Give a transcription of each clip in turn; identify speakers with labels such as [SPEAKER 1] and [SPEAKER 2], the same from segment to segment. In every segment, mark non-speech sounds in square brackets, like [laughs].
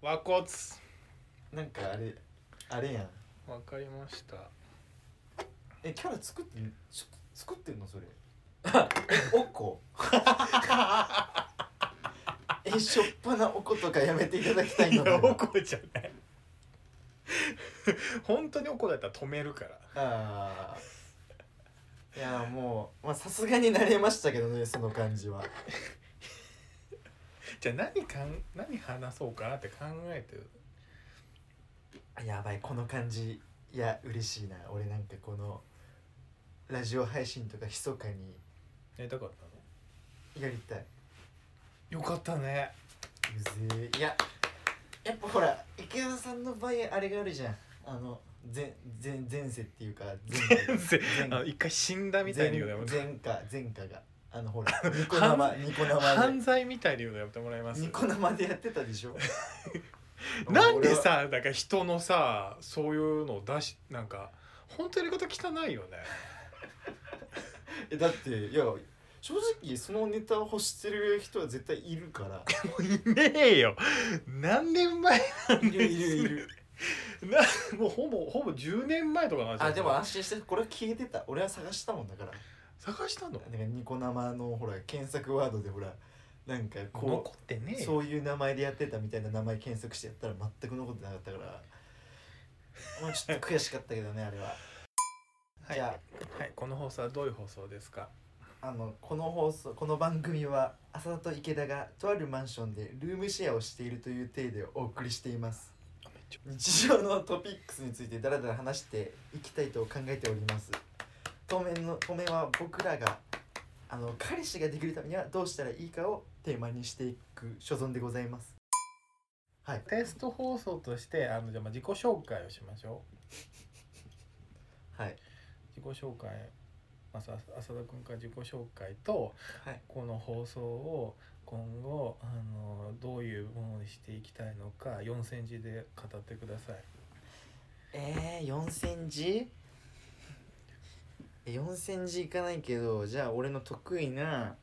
[SPEAKER 1] 和骨
[SPEAKER 2] なんかあれあれやん
[SPEAKER 1] わかりました
[SPEAKER 2] えキャラ作ってんちょ作ってんの
[SPEAKER 1] [laughs]
[SPEAKER 2] それえおこ [laughs] えしょっぱなおことかやめていただきたい
[SPEAKER 1] いや
[SPEAKER 2] のだ
[SPEAKER 1] お
[SPEAKER 2] が
[SPEAKER 1] こじゃない [laughs] 本当におこだったら止めるから
[SPEAKER 2] あーいやもうまあさすがに慣れましたけどねその感じは
[SPEAKER 1] じゃあ何かん何話そうかなって考えてる
[SPEAKER 2] やばいこの感じいや嬉しいな俺なんかこのラジオ配信とか密かに
[SPEAKER 1] やりたかったの
[SPEAKER 2] やりたい
[SPEAKER 1] よかったね
[SPEAKER 2] うぜえいややっぱほら池田さんの場合あれがあるじゃんあの前前前世っていうか前
[SPEAKER 1] [laughs] 前
[SPEAKER 2] 前
[SPEAKER 1] あの一回死んだみたいに言うのやめて
[SPEAKER 2] 前科前科があの
[SPEAKER 1] [laughs]
[SPEAKER 2] ほらニコ生ニコ生
[SPEAKER 1] 犯
[SPEAKER 2] で
[SPEAKER 1] 罪みたいに言うのやめてもらえます
[SPEAKER 2] ニコ生でやってたでしょ
[SPEAKER 1] [laughs] なんでさだから人のさそういうのを出しなんか本当やり方汚いよね
[SPEAKER 2] えだっていや正直そのネタを欲してる人は絶対いるから
[SPEAKER 1] もういねえよ何年前
[SPEAKER 2] いるいるいる
[SPEAKER 1] なもうほぼほぼ10年前とかの話だ
[SPEAKER 2] あでも安心してこれは消えてた俺は探したもんだから
[SPEAKER 1] 探したの
[SPEAKER 2] なんかニコ生のほら検索ワードでほらなんかこ
[SPEAKER 1] 残ってね
[SPEAKER 2] う
[SPEAKER 1] え
[SPEAKER 2] そ
[SPEAKER 1] よ
[SPEAKER 2] ういう名前でやってたみたいな名前検索してやったら全く残ってなかったからもうちょっと悔しかったけどねあれは
[SPEAKER 1] はい
[SPEAKER 2] じゃ
[SPEAKER 1] はい、この放送はどういう放送ですか
[SPEAKER 2] あのこの放送この番組は浅田と池田がとあるマンションでルームシェアをしているという体でお送りしています
[SPEAKER 1] あめっちゃ
[SPEAKER 2] 日常のトピックスについてだらだら話していきたいと考えております当面の当面は僕らがあの彼氏ができるためにはどうしたらいいかをテーマにしていく所存でございますはい
[SPEAKER 1] テスト放送としてあのじゃあまあ自己紹介をしましょ
[SPEAKER 2] はいう
[SPEAKER 1] 自己紹介まず浅田君から自己紹介と
[SPEAKER 2] はい
[SPEAKER 1] この放送を今後あのどういうものにしていきたいのか4センチで語ってください
[SPEAKER 2] えー、4センチ4センチいかないけどじゃあ俺の得意な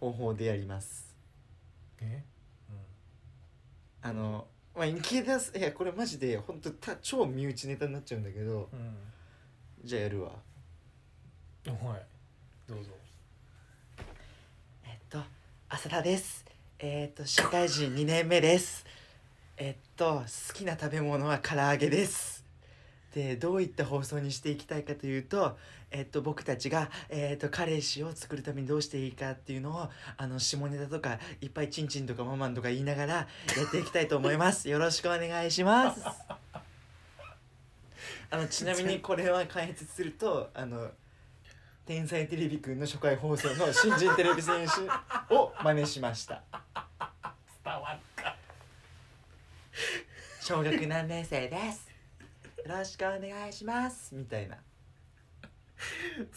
[SPEAKER 2] 方法でやります
[SPEAKER 1] え
[SPEAKER 2] あのまあ池田さんいやこれマジで本当た超身内ネタになっちゃうんだけど
[SPEAKER 1] うん
[SPEAKER 2] じゃあやるわ
[SPEAKER 1] うんはいどうぞ
[SPEAKER 2] えっと浅田ですえっと社会人2年目ですえっと好きな食べ物は唐揚げですでどういった放送にしていきたいかというと、えっと、僕たちが、えっと、彼氏を作るためにどうしていいかっていうのをあの下ネタとかいっぱいチンチンとかママンとか言いながらやっていきたいと思いますよろしくお願いしますあのちなみにこれは解説するとあの天才テレビくんの初回放送の新人テレビ選手を真似しました
[SPEAKER 1] 伝わった
[SPEAKER 2] 小学何年生ですよろしくお願いしますみたいな
[SPEAKER 1] 伝わ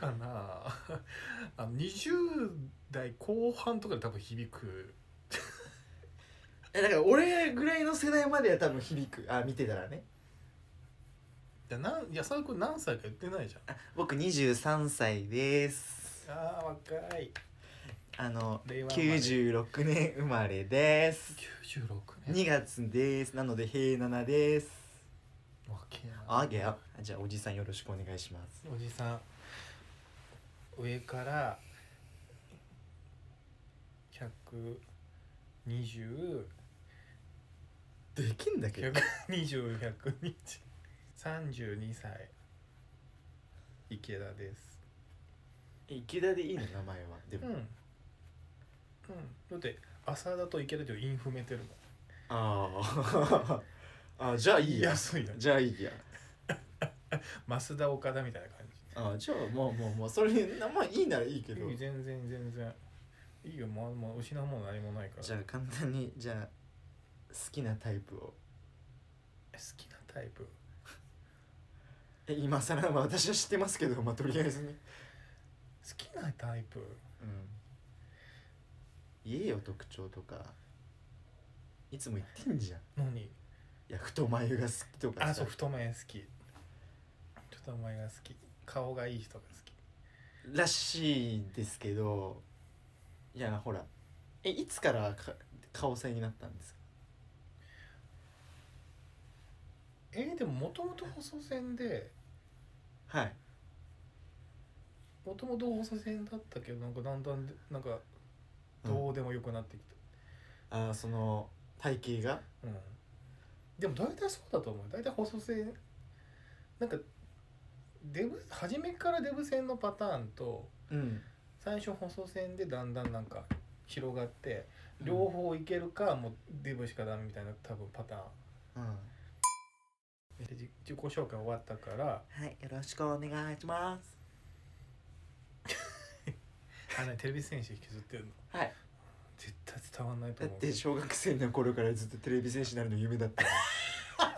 [SPEAKER 1] らんかな [laughs] あの20代後半とかで多分響く
[SPEAKER 2] えだから俺ぐらいの世代までは多分響くあ見てたらね
[SPEAKER 1] じゃあなんいや浅田君何歳か言ってないじゃん
[SPEAKER 2] 僕23歳です
[SPEAKER 1] あー若い
[SPEAKER 2] あの
[SPEAKER 1] 令和生まれ
[SPEAKER 2] 96年生まれです
[SPEAKER 1] 96年
[SPEAKER 2] 2月ですなので平7です
[SPEAKER 1] 若えな
[SPEAKER 2] あげゃじゃあおじさんよろしくお願いします
[SPEAKER 1] おじさん上から120
[SPEAKER 2] できんだけど
[SPEAKER 1] 120 120 32歳池田です
[SPEAKER 2] 池田でいいの名前はで
[SPEAKER 1] う
[SPEAKER 2] も、
[SPEAKER 1] んうんだって浅田と池田ってインフめてるもん
[SPEAKER 2] あー [laughs] あじゃあいいや
[SPEAKER 1] 安いな
[SPEAKER 2] じゃあいいや
[SPEAKER 1] 増田岡田みたいな感じ
[SPEAKER 2] あじゃあまあまあまあそれ名前いいならいいけど
[SPEAKER 1] いい全然全然いいよもうもう失うもの何もないから
[SPEAKER 2] じゃあ簡単にじゃあ好きなタイプを
[SPEAKER 1] 好きなタイプ
[SPEAKER 2] え今更は私は知ってますけどまあとりあえずね
[SPEAKER 1] 好きなタイプ
[SPEAKER 2] うん言えよ特徴とかいつも言ってんじゃんい
[SPEAKER 1] 何
[SPEAKER 2] や太眉が好きとかさ
[SPEAKER 1] あそう太め好き太めが好き顔がいい人が好き
[SPEAKER 2] らしいですけどいやほらえいつからか顔性になったんですか
[SPEAKER 1] えーでももともと細線で
[SPEAKER 2] はい
[SPEAKER 1] もともと細線だったけどなんかだんだんでなんかどうでもよくなってき
[SPEAKER 2] あーその体型が
[SPEAKER 1] た、うんでも大体そうだと思う大体細線なんかデブ初めからデブ線のパターンと
[SPEAKER 2] うん
[SPEAKER 1] 最初細線でだんだんなんか広がって両方いけるか、もうデブしかダメみたいな多分パターン
[SPEAKER 2] うんは
[SPEAKER 1] でじ自己紹介終わったから
[SPEAKER 2] いよろしくお願いします
[SPEAKER 1] あのねテレビ戦士引きずってるの
[SPEAKER 2] はい
[SPEAKER 1] 絶対伝わんないと
[SPEAKER 2] だっ
[SPEAKER 1] 思う
[SPEAKER 2] て小学生の頃からずっとテレビ戦士になるの夢だった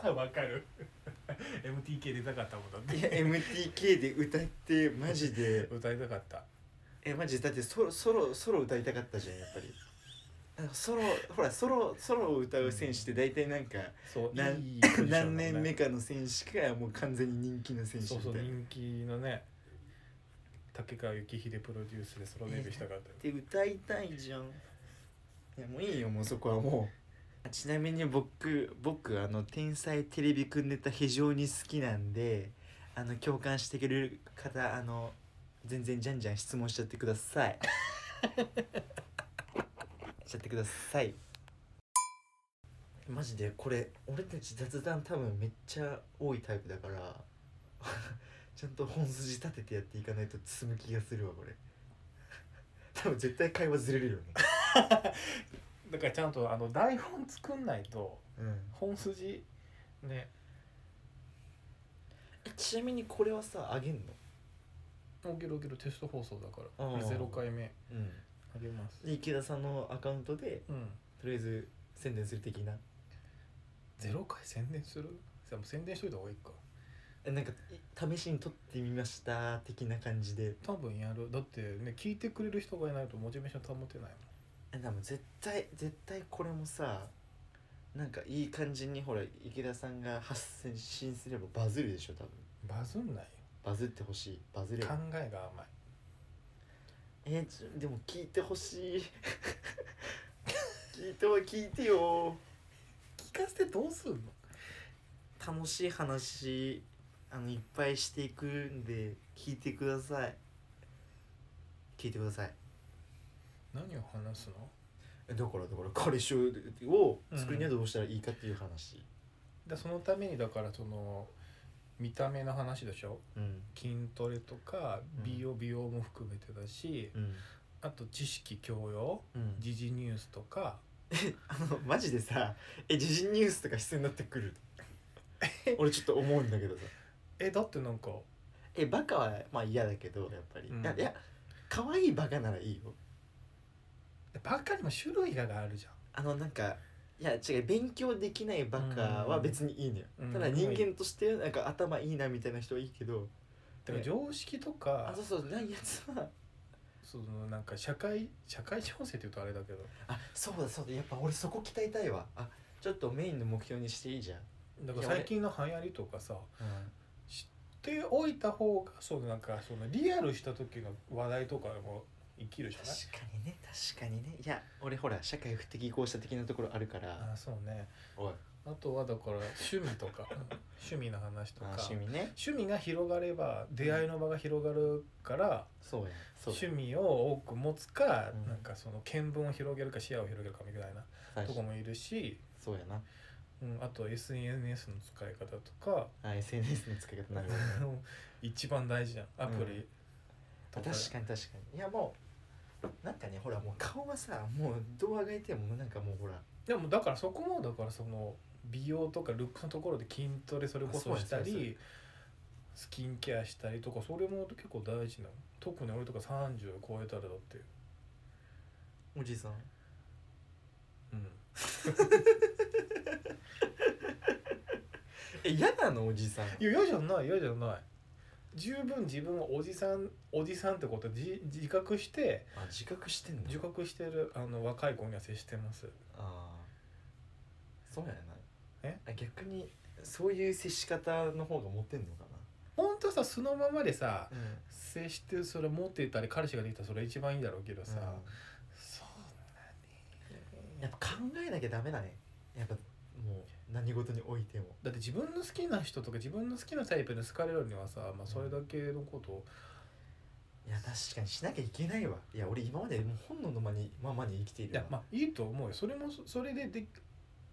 [SPEAKER 2] か
[SPEAKER 1] わかる [laughs] MTK 出たかったもんだっ
[SPEAKER 2] らい
[SPEAKER 1] て
[SPEAKER 2] や MTK で歌ってマジで
[SPEAKER 1] 歌いたかった
[SPEAKER 2] えマジでだってソロソロソロ歌いたかったじゃんやっぱりなんかソロほらソロソロを歌う選手って大体なんか
[SPEAKER 1] そう
[SPEAKER 2] なん
[SPEAKER 1] いいポジションだもん
[SPEAKER 2] 何
[SPEAKER 1] ね
[SPEAKER 2] 年目かの選手かもう完全に人気の選手
[SPEAKER 1] そ
[SPEAKER 2] み
[SPEAKER 1] うそう
[SPEAKER 2] たいな
[SPEAKER 1] 人気のね竹川幸秀プロデュースでソロデビューしたかったよ
[SPEAKER 2] で歌いたいじゃんいやもういいよもうそこはもうちなみに僕僕あの天才テレビくんネタ非常に好きなんであの共感してくれる方あの全然じゃんじゃん質問しちゃってくださ [laughs] いしちゃってくださいマジでこれ俺たち雑談多分めっちゃ多いタイプだから [laughs] ちゃんと本筋立ててやっていかないと進む気がするわこれ多分絶対会話ずれるよね
[SPEAKER 1] だからちゃんとあの台本作んないと
[SPEAKER 2] うん
[SPEAKER 1] 本筋ね
[SPEAKER 2] えちなみにこれはさあげんの
[SPEAKER 1] もうゲロゲロテスト放送だから
[SPEAKER 2] あー
[SPEAKER 1] 0回目
[SPEAKER 2] うん
[SPEAKER 1] あげます
[SPEAKER 2] で池田さんのアカウントで
[SPEAKER 1] うん
[SPEAKER 2] とりあえず宣伝する的な
[SPEAKER 1] 0回宣伝するでも宣伝しといた方がいいか
[SPEAKER 2] えなんかい試しに撮ってみました的な感じで
[SPEAKER 1] 多分やるだってね聞いてくれる人がいないとモチベーション保てない
[SPEAKER 2] えでも絶対絶対これもさなんかいい感じにほら池田さんが発信すればバズるでしょ多分
[SPEAKER 1] もんバズんないよ
[SPEAKER 2] バズってほしいバズれ
[SPEAKER 1] 考
[SPEAKER 2] ば
[SPEAKER 1] えが甘い
[SPEAKER 2] えちょでも聞いてほしい [laughs] 聞いては聞いてよ
[SPEAKER 1] 聞かせてどうすんの
[SPEAKER 2] 楽しい話あのいっぱいしていくんで聞いてください聞いてください
[SPEAKER 1] 何を話すの
[SPEAKER 2] えだからだから彼氏を作るにはどうしたらいいかっていう話
[SPEAKER 1] でそのためにだからその見た目の話でしょ
[SPEAKER 2] うん
[SPEAKER 1] 筋トレとか
[SPEAKER 2] うん
[SPEAKER 1] 美容美容も含めてだし、
[SPEAKER 2] うん
[SPEAKER 1] あと知識教養
[SPEAKER 2] うん
[SPEAKER 1] 時事ニュースとか
[SPEAKER 2] [laughs] あのマジでさえ時事ニュースとか必要になってくる [laughs] 俺ちょっと思うんだけどさ
[SPEAKER 1] えだってなんか
[SPEAKER 2] えバカはまあ嫌だけどやっぱり、
[SPEAKER 1] うん
[SPEAKER 2] いやいや可愛いバカならいいよ
[SPEAKER 1] ばっかりも種類があるじゃん
[SPEAKER 2] あのなんかいや違う勉強できないバカは別にいいのよ、
[SPEAKER 1] うん
[SPEAKER 2] ただ人間としてなんか頭いいなみたいな人はいいけど、
[SPEAKER 1] だから常識とか
[SPEAKER 2] あそうそうないやつは [laughs]
[SPEAKER 1] そのなんか社会社会情勢って言うとあれだけど
[SPEAKER 2] あそうだそうだやっぱ俺そこ鍛えたいわあちょっとメインの目標にしていいじゃん、
[SPEAKER 1] だから最近の流行りとかさ知っておいた方がそうなんかそのリアルした時の話題とかも生きるじゃ
[SPEAKER 2] 確
[SPEAKER 1] ない
[SPEAKER 2] かにね確かにねいや俺ほら社会不適合者的なところあるから
[SPEAKER 1] あそうね
[SPEAKER 2] おい
[SPEAKER 1] あとはだから趣味とか趣味の話とか
[SPEAKER 2] あ趣味ね
[SPEAKER 1] 趣味が広がれば出会いの場が広がるから
[SPEAKER 2] そうやそう
[SPEAKER 1] 趣味を多く持つか、
[SPEAKER 2] うん
[SPEAKER 1] なんかその見聞を広げるか視野を広げるかみたいな
[SPEAKER 2] や
[SPEAKER 1] とこもいるし、
[SPEAKER 2] そうやな
[SPEAKER 1] うん、あと SNS の使い方とか
[SPEAKER 2] あ SNS の使い方なるほ
[SPEAKER 1] [laughs] 一番大事じゃんアプリと
[SPEAKER 2] ど
[SPEAKER 1] か、
[SPEAKER 2] 確かに確かにいやもうなんかねほらもう顔はさもうどうあがいてもなんかもうほら
[SPEAKER 1] でもだからそこもだからその美容とかルックスのところで筋トレそれこ
[SPEAKER 2] あそう
[SPEAKER 1] そ
[SPEAKER 2] です
[SPEAKER 1] した
[SPEAKER 2] そうで
[SPEAKER 1] りスキンケアしたりとかそれも結構大事なの特に俺とか30超えたらだって
[SPEAKER 2] おじいさん
[SPEAKER 1] うん
[SPEAKER 2] え嫌なのおじいさん
[SPEAKER 1] いや嫌じゃない嫌じゃない十分自分はおじさんおじさんってことを自自覚して
[SPEAKER 2] [laughs] あ自覚してんだ
[SPEAKER 1] 自覚してるあの若い子には接してます
[SPEAKER 2] ああそうやな
[SPEAKER 1] え
[SPEAKER 2] あ逆にそういう接し方の方がモテんのか
[SPEAKER 1] 本当さそのままでさ
[SPEAKER 2] な
[SPEAKER 1] 接してそれ持ってたり彼氏ができたらそれ一番いいんだろうけどさ、
[SPEAKER 2] さあ、
[SPEAKER 1] そうだね
[SPEAKER 2] やっぱ考えなきゃダメだねやっぱもうもう何事においても
[SPEAKER 1] だって自分の好きな人とか自分の好きなタイプに好かれるにはさ、まあ、それだけのことを
[SPEAKER 2] いや確かにしなきゃいけないわいや俺今までもう本能のまにままに生きてい
[SPEAKER 1] い
[SPEAKER 2] るわ
[SPEAKER 1] やまあいいと思うよそれもそそれでで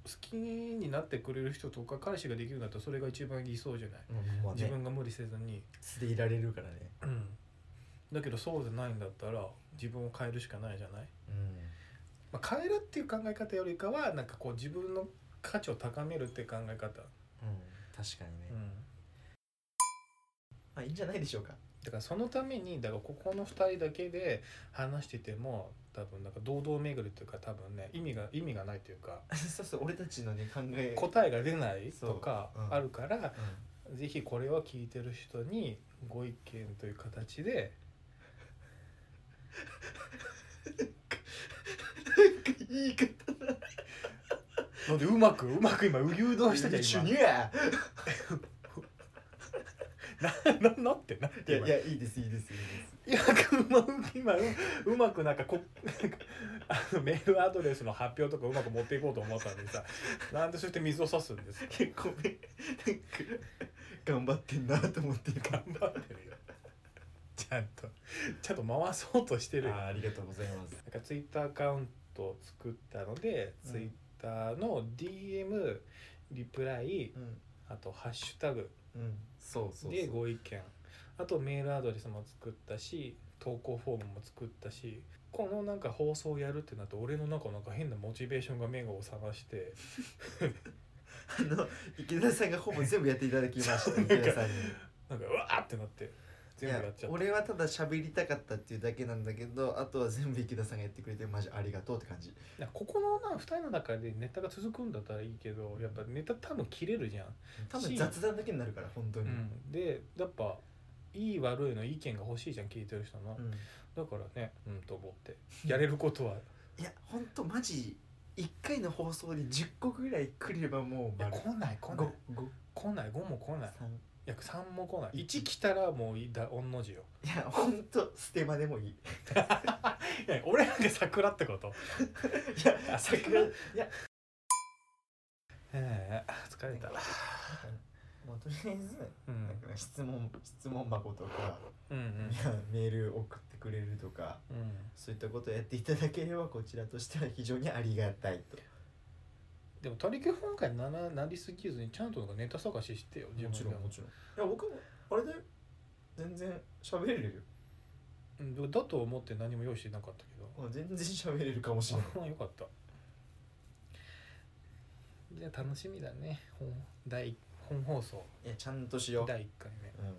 [SPEAKER 1] 好きになってくれる人とか彼氏ができるんだったらそれが一番理想じゃない、
[SPEAKER 2] うんまあね、
[SPEAKER 1] 自分が無理せずに、
[SPEAKER 2] 素でいられるからね
[SPEAKER 1] うん、だけどそうじゃないんだったら自分を変えるしかないじゃない、
[SPEAKER 2] うん
[SPEAKER 1] まあ、変えるっていう考え方よりかはなんかこう自分の価値を高めるっていう考え方、
[SPEAKER 2] うん確かにね、
[SPEAKER 1] うん、
[SPEAKER 2] まあいいんじゃないでしょうか [laughs]
[SPEAKER 1] だからそのためにだからここの2人だけで話してても多分なんか堂々巡りというか多分ね意味が意味がないというか
[SPEAKER 2] そうそう俺たちのね考え
[SPEAKER 1] 答えが出ない
[SPEAKER 2] そう
[SPEAKER 1] とか
[SPEAKER 2] うん
[SPEAKER 1] あるから、
[SPEAKER 2] うん
[SPEAKER 1] ぜひこれは聞いてる人にご意見という形で
[SPEAKER 2] 言い方
[SPEAKER 1] なんでうまくうまく今誘導したじゃん
[SPEAKER 2] いや
[SPEAKER 1] 今なななってなって
[SPEAKER 2] いやいいですいいですいいです
[SPEAKER 1] 今今うまく今ううまくなんかこなんかあのメールアドレスの発表とかうまく持っていこうと思ったのにさなんでそうやって水を差すんですか
[SPEAKER 2] 結構めなんか頑張ってんなと思ってる
[SPEAKER 1] 頑張ってるよちゃんとちゃんと回そうとしてるよ
[SPEAKER 2] あーありがとうございます
[SPEAKER 1] なんかツイッターアカウントを作ったので、
[SPEAKER 2] うん
[SPEAKER 1] ツイッターの DM リプライ
[SPEAKER 2] うん
[SPEAKER 1] あとハッシュタグ
[SPEAKER 2] うんそうそうそう
[SPEAKER 1] でご意見あとメールアドレスも作ったし投稿フォームも作ったしこのなんか放送をやるってなって俺の中なんか変なモチベーションが目を覚まして
[SPEAKER 2] あの池田さんがほぼ全部やっていただきま [laughs] した池田さんに
[SPEAKER 1] なんかうわーってなって全部やっち
[SPEAKER 2] い
[SPEAKER 1] ゃった
[SPEAKER 2] や俺はただ喋りたかったっていうだけなんだけどあとは全部池田さんがやってくれてマジありがとうって感じ
[SPEAKER 1] なんかここのな2人の中でネタが続くんだったらいいけどやっぱネタ多分切れるじゃん
[SPEAKER 2] 多分雑談だけになるから本当に、
[SPEAKER 1] うん、でやっぱいい悪いの意見が欲しいじゃん聞いてる人の、
[SPEAKER 2] うん
[SPEAKER 1] だからねうんと思ってやれることは
[SPEAKER 2] いや本当マジ1回の放送で10個ぐらい来ればもう
[SPEAKER 1] いや
[SPEAKER 2] 丸
[SPEAKER 1] 来ない来ない
[SPEAKER 2] 5 5
[SPEAKER 1] 来ない5も来ない
[SPEAKER 2] 3
[SPEAKER 1] 約3も来ない1来たらもういだ御の字よ
[SPEAKER 2] いや本当ステマでもいい
[SPEAKER 1] いや俺なんか桜ってこと
[SPEAKER 2] いや
[SPEAKER 1] あ
[SPEAKER 2] 桜いや
[SPEAKER 1] ええ疲れた
[SPEAKER 2] もうとりあえず
[SPEAKER 1] う
[SPEAKER 2] なん
[SPEAKER 1] ん
[SPEAKER 2] か質問質問箱とか、
[SPEAKER 1] うん
[SPEAKER 2] いやメール送ってくれるとか
[SPEAKER 1] うんうん
[SPEAKER 2] そういったことをやっていただければこちらとしては非常にありがたいと
[SPEAKER 1] でも取り消本会にならなりすぎずにちゃんとなんかネタ探ししてよ自分でも
[SPEAKER 2] ちろんいや僕もあれだよ全然喋れる
[SPEAKER 1] うんでもだと思って何も用意してなかったけど
[SPEAKER 2] よ全然喋れるかもしれない
[SPEAKER 1] あよかったじゃあ楽しみだね本第一本放送
[SPEAKER 2] いやちゃんとしよう、
[SPEAKER 1] 第1回目
[SPEAKER 2] うん、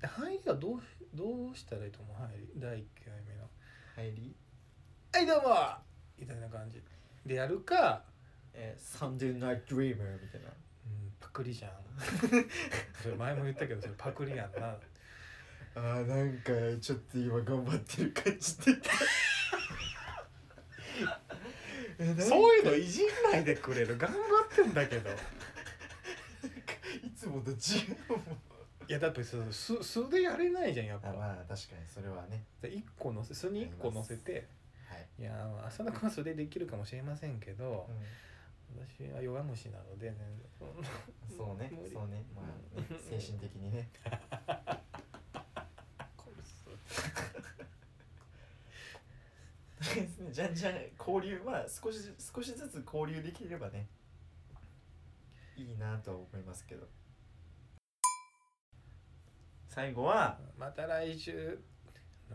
[SPEAKER 1] で入りはどうどうしたらいいと思う入り第1回目の
[SPEAKER 2] 入り、
[SPEAKER 1] 「はいどうも!」みたいな感じでやるか、
[SPEAKER 2] えー、Sunday Night Dreamer みたいな
[SPEAKER 1] うん、パクリじゃん [laughs] それ前も言ったけどそれパクリやんな
[SPEAKER 2] あーなんかちょっと今頑張ってる感じ [laughs] でえなんか
[SPEAKER 1] そういうのいじんないでくれる頑張ってんだけど
[SPEAKER 2] いつもと違うもん
[SPEAKER 1] いやだってその素素でやれないじゃんやっ
[SPEAKER 2] あ
[SPEAKER 1] ぱ
[SPEAKER 2] まあ確かにそれはね
[SPEAKER 1] 1個のせ素に1個乗せて
[SPEAKER 2] はい、
[SPEAKER 1] いやー浅田君は素でできるかもしれませんけど、私は弱虫なので、ね、
[SPEAKER 2] うん、そうね
[SPEAKER 1] 無理
[SPEAKER 2] そうねまあ、ね、精神的にね [laughs] じゃんじゃん交流まあ少し少しずつ交流できればねいいなとは思いますけど最後は
[SPEAKER 1] また来週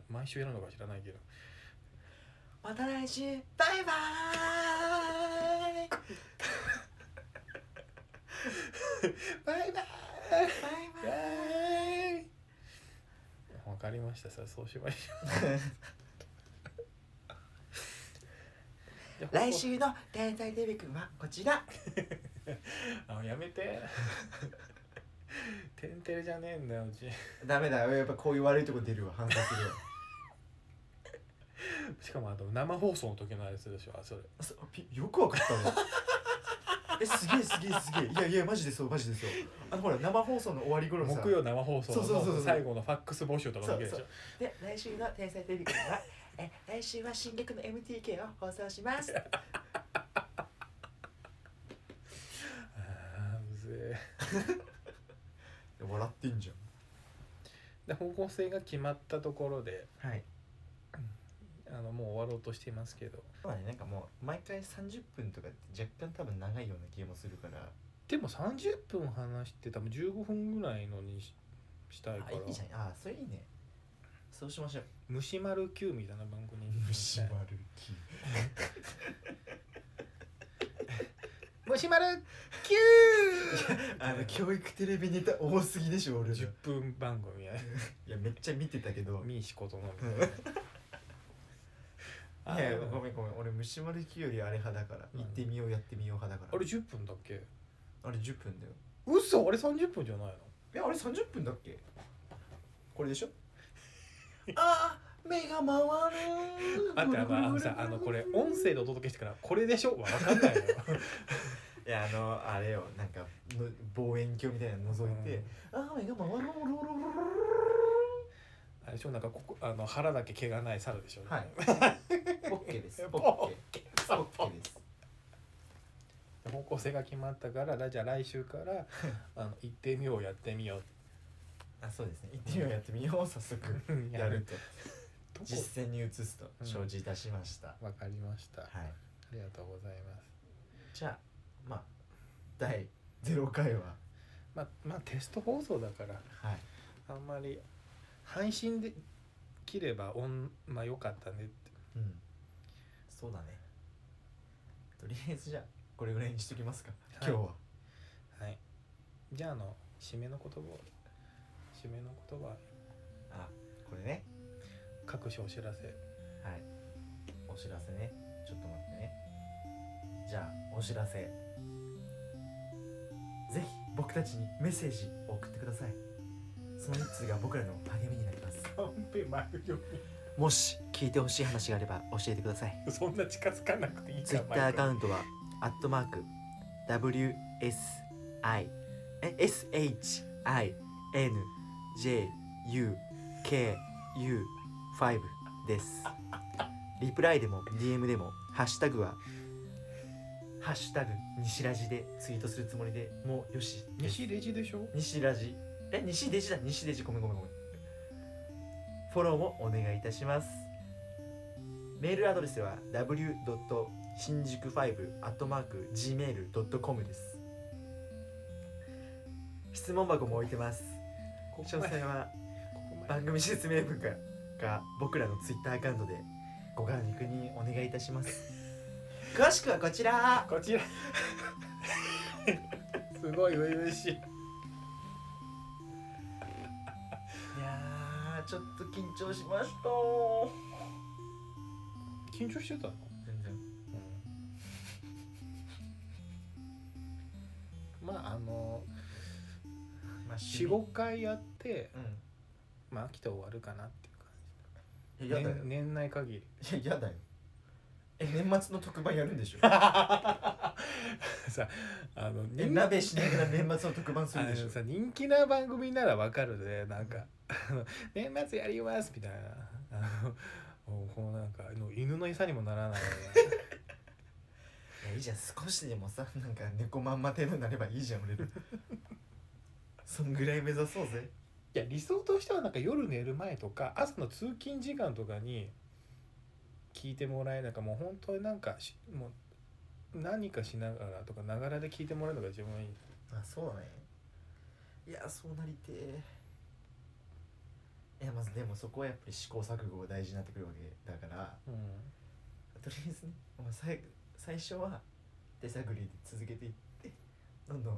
[SPEAKER 1] 毎週やるのか知らないけど
[SPEAKER 2] また来週バイバーイ
[SPEAKER 1] バイバ
[SPEAKER 2] バイ
[SPEAKER 1] イ
[SPEAKER 2] バ
[SPEAKER 1] バ
[SPEAKER 2] イ
[SPEAKER 1] イわかりましたさそうしましょう
[SPEAKER 2] 来週の「天才デビ君」はこちら
[SPEAKER 1] あやめててんてれじゃねえんだようち
[SPEAKER 2] ダメだよやっぱこういう悪いとこ出るわ反省するよ
[SPEAKER 1] しかもあの生放送の時のやつでしょあそれ
[SPEAKER 2] そピよくわかったわ [laughs] えすげえすげえすげえいやいやマジでそうマジでそうあのほら生放送の終わり頃さ
[SPEAKER 1] 木曜生放
[SPEAKER 2] そうそうそう
[SPEAKER 1] 送
[SPEAKER 2] そう
[SPEAKER 1] の最後のファックス募集とかだけでしょ
[SPEAKER 2] そうで来週の「天才テレビくん」はえ来週は新曲の MTK を放送します笑ってんじゃ
[SPEAKER 1] で方向性が決まったところで
[SPEAKER 2] んはい
[SPEAKER 1] あのもう終わろうとしていますけど
[SPEAKER 2] そうだねなんかもう毎回30分とかって若干多分長いような気もするから
[SPEAKER 1] でも30分話して多分15分ぐらいのにししたいか
[SPEAKER 2] あ
[SPEAKER 1] ら
[SPEAKER 2] いいじゃんあそれいいねそうしましょう
[SPEAKER 1] 「虫丸 Q」みたいな番組に
[SPEAKER 2] 虫丸き
[SPEAKER 1] [laughs] 虫丸
[SPEAKER 2] [laughs]
[SPEAKER 1] Q!
[SPEAKER 2] あの教育テレビネタ多すぎでしょ俺らい
[SPEAKER 1] 10分番組やね
[SPEAKER 2] やめっちゃ見てたけど
[SPEAKER 1] ミーシコとのみたい
[SPEAKER 2] い
[SPEAKER 1] な
[SPEAKER 2] やいや
[SPEAKER 1] あ
[SPEAKER 2] ごめんごめん俺虫丸きよりあれ派だから
[SPEAKER 1] うん
[SPEAKER 2] 行ってみようやってみよう派だから
[SPEAKER 1] あれ10分だっけ
[SPEAKER 2] あれ10分だよ
[SPEAKER 1] 嘘あれ30分じゃないの
[SPEAKER 2] いやあれ30分だっけこれでしょああ目が回る
[SPEAKER 1] 待ってあのあのさあのこれ音声でお届けしてからこれでしょわかんないよ
[SPEAKER 2] いやあのあれよなんかの望遠鏡みたいなの覗いて、ああ目が回るロロロロロロ
[SPEAKER 1] あれでしょなんかここあの腹だけ毛がない猿でしょ [laughs]
[SPEAKER 2] はいロポッケですポッケポッケです
[SPEAKER 1] 方向性が決まったから [laughs] らじゃあ来週からあの行ってみようやってみよ
[SPEAKER 2] あそうですね行ってみようやってみよう早速
[SPEAKER 1] う
[SPEAKER 2] [laughs] やると
[SPEAKER 1] とこ
[SPEAKER 2] 実践に移すと承知いたしました、
[SPEAKER 1] わかりましたあ
[SPEAKER 2] はい
[SPEAKER 1] りがとうございます
[SPEAKER 2] じゃあまあ第0回は
[SPEAKER 1] まあまあテスト放送だから
[SPEAKER 2] はい
[SPEAKER 1] あんまり配信で切ればオンまあ良かったねって
[SPEAKER 2] うんそうだねとりあえずじゃあこれぐらいにしときますか、
[SPEAKER 1] はい
[SPEAKER 2] 今日は
[SPEAKER 1] はいじゃああの締めの言葉を締めの言葉
[SPEAKER 2] あこれね
[SPEAKER 1] 各種お知らせ
[SPEAKER 2] はいお知らせねちょっと待ってねじゃあお知らせぜひ僕たちにメッセージを送ってくださいその一通が僕らの励みになります
[SPEAKER 1] カンペ丸読
[SPEAKER 2] もし聞いてほしい話があれば教えてください
[SPEAKER 1] みそんな近づかなくていい
[SPEAKER 2] ツイッターアカウントは、アットマーク、WSI、え SHINJUKU5 です。リプライでも DM でも、ハッシュタグは、ハッシュタグ、西ラジでツイートするつもりでもうよし。
[SPEAKER 1] 西レジでしょ
[SPEAKER 2] 西ラジ。え、西デジだ、西デジ、ごめんごめんごめん。フォローもお願いいたします。メールアドレスは w. 新宿5 gmail.com です。質問箱も置いてます。
[SPEAKER 1] こ
[SPEAKER 2] 詳細は
[SPEAKER 1] ここまで
[SPEAKER 2] 番組説明文かか僕らのツイッターアカウントでご確認お願いいたします。 [laughs] 詳しくはこちら。
[SPEAKER 1] こちら [laughs] すごい初々しい
[SPEAKER 2] いやー、ちょっと緊張しました。
[SPEAKER 1] 緊張してたの、
[SPEAKER 2] 全然。
[SPEAKER 1] まああの
[SPEAKER 2] まあ、趣味
[SPEAKER 1] 45回やって
[SPEAKER 2] うん。
[SPEAKER 1] まあ秋田終わるかなっていう感
[SPEAKER 2] い
[SPEAKER 1] じ
[SPEAKER 2] ややだよ、
[SPEAKER 1] 年年内限り
[SPEAKER 2] いややだよえ年末の特番やるんで [laughs] しょ
[SPEAKER 1] さあの
[SPEAKER 2] え
[SPEAKER 1] 人
[SPEAKER 2] 鍋しながら年末の特番す
[SPEAKER 1] あ
[SPEAKER 2] るで [laughs] しょ
[SPEAKER 1] のさ人気な番組ならわかるでなんかあの「年末やります」みたいなあのもうこのなんかあの犬の餌にもならないよ
[SPEAKER 2] いやいいじゃん少しでもさなんか猫まんま程度になればいいじゃん [laughs] 俺らそんぐらい目指そうぜ
[SPEAKER 1] うないや理想としてはなんか夜寝る前とか朝の通勤時間とかに聞いてもらえなんかもう本当になんかしもう何かしながらとかながらで聞いてもらうのが自分はいい
[SPEAKER 2] あそうだねいやそうなりてえいやまずでもそこはやっぱり試行錯誤が大事になってくるわけだから
[SPEAKER 1] うん
[SPEAKER 2] とりあえずね、まあ、最最初は手探りで続けていってどんどん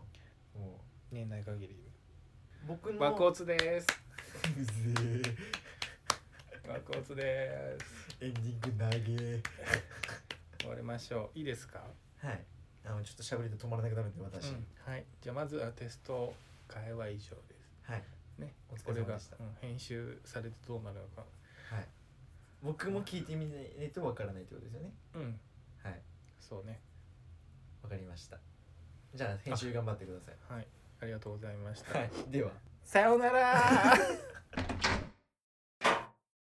[SPEAKER 2] も
[SPEAKER 1] 年内限り
[SPEAKER 2] う僕の
[SPEAKER 1] 和
[SPEAKER 2] [laughs]
[SPEAKER 1] 骨です
[SPEAKER 2] うぜえ
[SPEAKER 1] 和骨です
[SPEAKER 2] エンディング投げ
[SPEAKER 1] 終わりましょういいですか
[SPEAKER 2] はいあのちょっと喋りで止まらなくなるんで私、
[SPEAKER 1] うんはいじゃあまずはテスト会話以上です
[SPEAKER 2] はい
[SPEAKER 1] ね、
[SPEAKER 2] お疲
[SPEAKER 1] こ
[SPEAKER 2] れ
[SPEAKER 1] れ
[SPEAKER 2] 様
[SPEAKER 1] が
[SPEAKER 2] でした、
[SPEAKER 1] うん編集されてどうなるのか
[SPEAKER 2] はい僕も聞いてみないとわからないってことですよね
[SPEAKER 1] うん
[SPEAKER 2] はい
[SPEAKER 1] そうね
[SPEAKER 2] わかりましたじゃあ編集頑張ってください
[SPEAKER 1] はいありがとうございました、
[SPEAKER 2] はいでは
[SPEAKER 1] さようなら